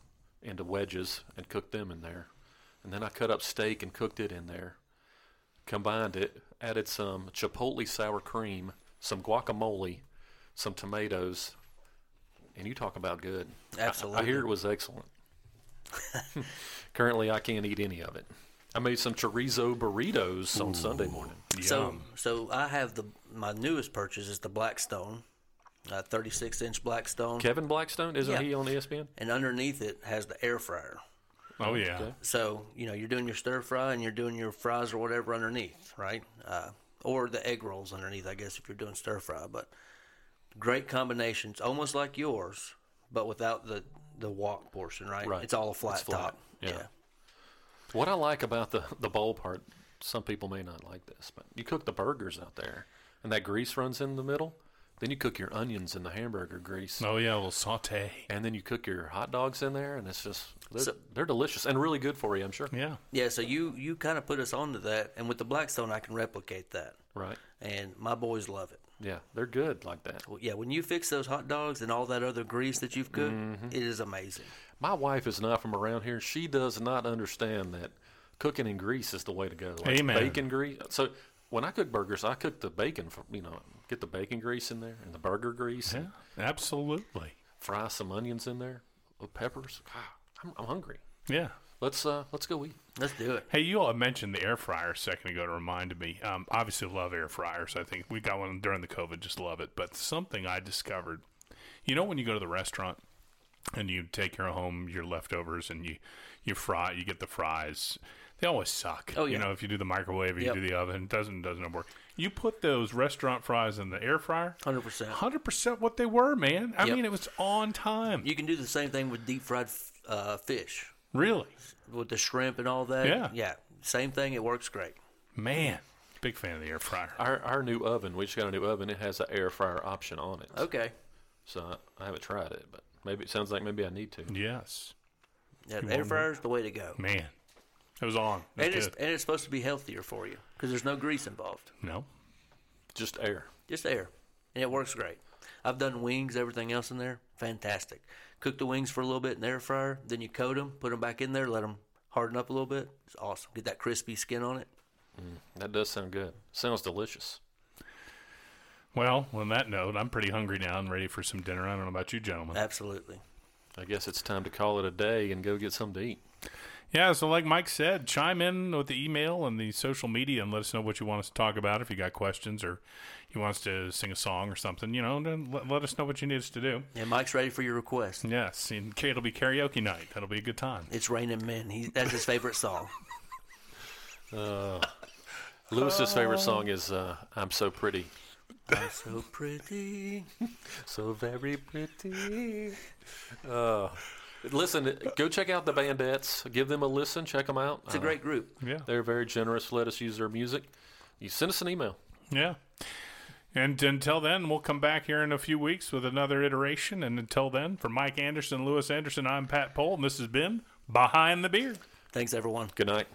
[SPEAKER 3] into wedges and cooked them in there, and then I cut up steak and cooked it in there. Combined it, added some chipotle sour cream, some guacamole, some tomatoes, and you talk about good. I- I
[SPEAKER 4] Absolutely.
[SPEAKER 3] hear it was excellent. Currently, I can't eat any of it. I made some chorizo burritos on Sunday morning.
[SPEAKER 4] So, so I have the my newest purchase is the Blackstone, uh, 36 inch Blackstone,
[SPEAKER 3] Kevin Blackstone, isn't
[SPEAKER 4] Yeah.
[SPEAKER 3] he on E ESPN?
[SPEAKER 4] and underneath it has the air fryer.
[SPEAKER 2] oh yeah.
[SPEAKER 4] So you know you're doing your stir fry and you're doing your fries or whatever underneath, right? Uh, or the egg rolls underneath, I guess, if you're doing stir fry. But great combinations, almost like yours, but without the the wok portion, right?
[SPEAKER 3] Right.
[SPEAKER 4] It's all a flat
[SPEAKER 3] It's flat,
[SPEAKER 4] top.
[SPEAKER 3] yeah. What I like about the the bowl part, some people may not like this, but you cook the burgers out there, and that grease runs in the middle. Then you cook your onions in the hamburger grease,
[SPEAKER 2] Oh yeah. Well, saute.
[SPEAKER 3] and then you cook your hot dogs in there, and it's just they're,
[SPEAKER 4] So-
[SPEAKER 3] they're delicious and really good for you, I'm sure.
[SPEAKER 2] Yeah.
[SPEAKER 4] Yeah, so you you kind of put us onto that, and with the Blackstone, I can replicate that,
[SPEAKER 3] Right?
[SPEAKER 4] and my boys love it.
[SPEAKER 3] Yeah, they're good like that.
[SPEAKER 4] Well, yeah, when you fix those hot dogs and all that other grease that you've cooked,
[SPEAKER 3] Mm-hmm.
[SPEAKER 4] it is amazing.
[SPEAKER 3] My wife is not from around here. She does not understand that cooking in grease is the way to go. Like
[SPEAKER 2] Amen.
[SPEAKER 3] Bacon grease. So when I cook burgers, I cook the bacon. From, you know, get the bacon grease in there and the burger grease.
[SPEAKER 2] Yeah.
[SPEAKER 3] And
[SPEAKER 2] Absolutely.
[SPEAKER 3] fry some onions in there with peppers. God, I'm, I'm hungry.
[SPEAKER 2] Yeah.
[SPEAKER 3] Let's uh, let's go eat.
[SPEAKER 4] Let's do it.
[SPEAKER 2] Hey, you all had mentioned the air fryer a second ago to remind me. Um, obviously, love air fryers. I think we got one during the COVID, just love it. But something I discovered, you know, when you go to the restaurant and you take your home your leftovers and you you fry, you get the fries. They always suck.
[SPEAKER 4] Oh,
[SPEAKER 2] You
[SPEAKER 4] yeah.
[SPEAKER 2] know, if you do the microwave or you
[SPEAKER 4] Yep.
[SPEAKER 2] do the oven, it doesn't doesn't work. You put those restaurant fries in the air fryer.
[SPEAKER 4] 100%.
[SPEAKER 2] 100% what they were, man. I
[SPEAKER 4] Yep.
[SPEAKER 2] mean, it was on time.
[SPEAKER 4] You can do the same thing with deep fried f- uh, fish,
[SPEAKER 2] Really?
[SPEAKER 4] with the shrimp and all that.
[SPEAKER 2] Yeah.
[SPEAKER 4] Yeah, same thing. It works great.
[SPEAKER 2] Man, big fan of the air fryer.
[SPEAKER 3] Our our new oven. We just got a new oven. It has an air fryer option on it.
[SPEAKER 4] Okay.
[SPEAKER 3] So I, I haven't tried it, but maybe it sounds like maybe I need to.
[SPEAKER 2] Yes.
[SPEAKER 4] Yeah, air fryer is the way to go.
[SPEAKER 2] Man, it was on. It
[SPEAKER 4] And
[SPEAKER 2] was
[SPEAKER 4] it's,
[SPEAKER 2] good.
[SPEAKER 4] and it's supposed to be healthier for you because there's no grease involved,
[SPEAKER 2] No.
[SPEAKER 3] Just air.
[SPEAKER 4] just air. And it works great. I've done wings, everything else in there. Fantastic. Cook the wings for a little bit in the air fryer, then you coat them, put them back in there, let them harden up a little bit. It's awesome. Get that crispy skin on it.
[SPEAKER 3] That does sound good. Sounds delicious.
[SPEAKER 2] Well, on that note, I'm pretty hungry now and ready for some dinner.
[SPEAKER 4] Uh,
[SPEAKER 2] I don't know about you, gentlemen.
[SPEAKER 4] Absolutely.
[SPEAKER 3] I guess it's time to call it a day and go get something to eat.
[SPEAKER 2] Yeah, so like Mike said, chime in with the email and the social media and let us know what you want us to talk about. If you got questions or you want us to sing a song or something, you know, then let, let us know what you need us to do.
[SPEAKER 4] And Mike's ready for your request.
[SPEAKER 2] Yes, and it'll be karaoke night. That'll be a good time.
[SPEAKER 4] It's raining men. He, that's his
[SPEAKER 2] [LAUGHS]
[SPEAKER 4] favorite song.
[SPEAKER 3] Uh, Lewis's favorite song is uh, "I'm So Pretty."
[SPEAKER 4] I'm so pretty.
[SPEAKER 3] So very pretty. Uh, listen, go check out the Bandettes. Give them a listen. Check them out.
[SPEAKER 4] It's a great group.
[SPEAKER 2] Yeah,
[SPEAKER 3] They're very generous. Let us use their music. You send us an email.
[SPEAKER 2] yeah. And until then, we'll come back here in a few weeks with another iteration. And until then, for Mike Anderson, Lewis Anderson, I'm Pat Pohl, and this has been Behind the Beard.
[SPEAKER 4] Thanks, everyone.
[SPEAKER 3] Good night.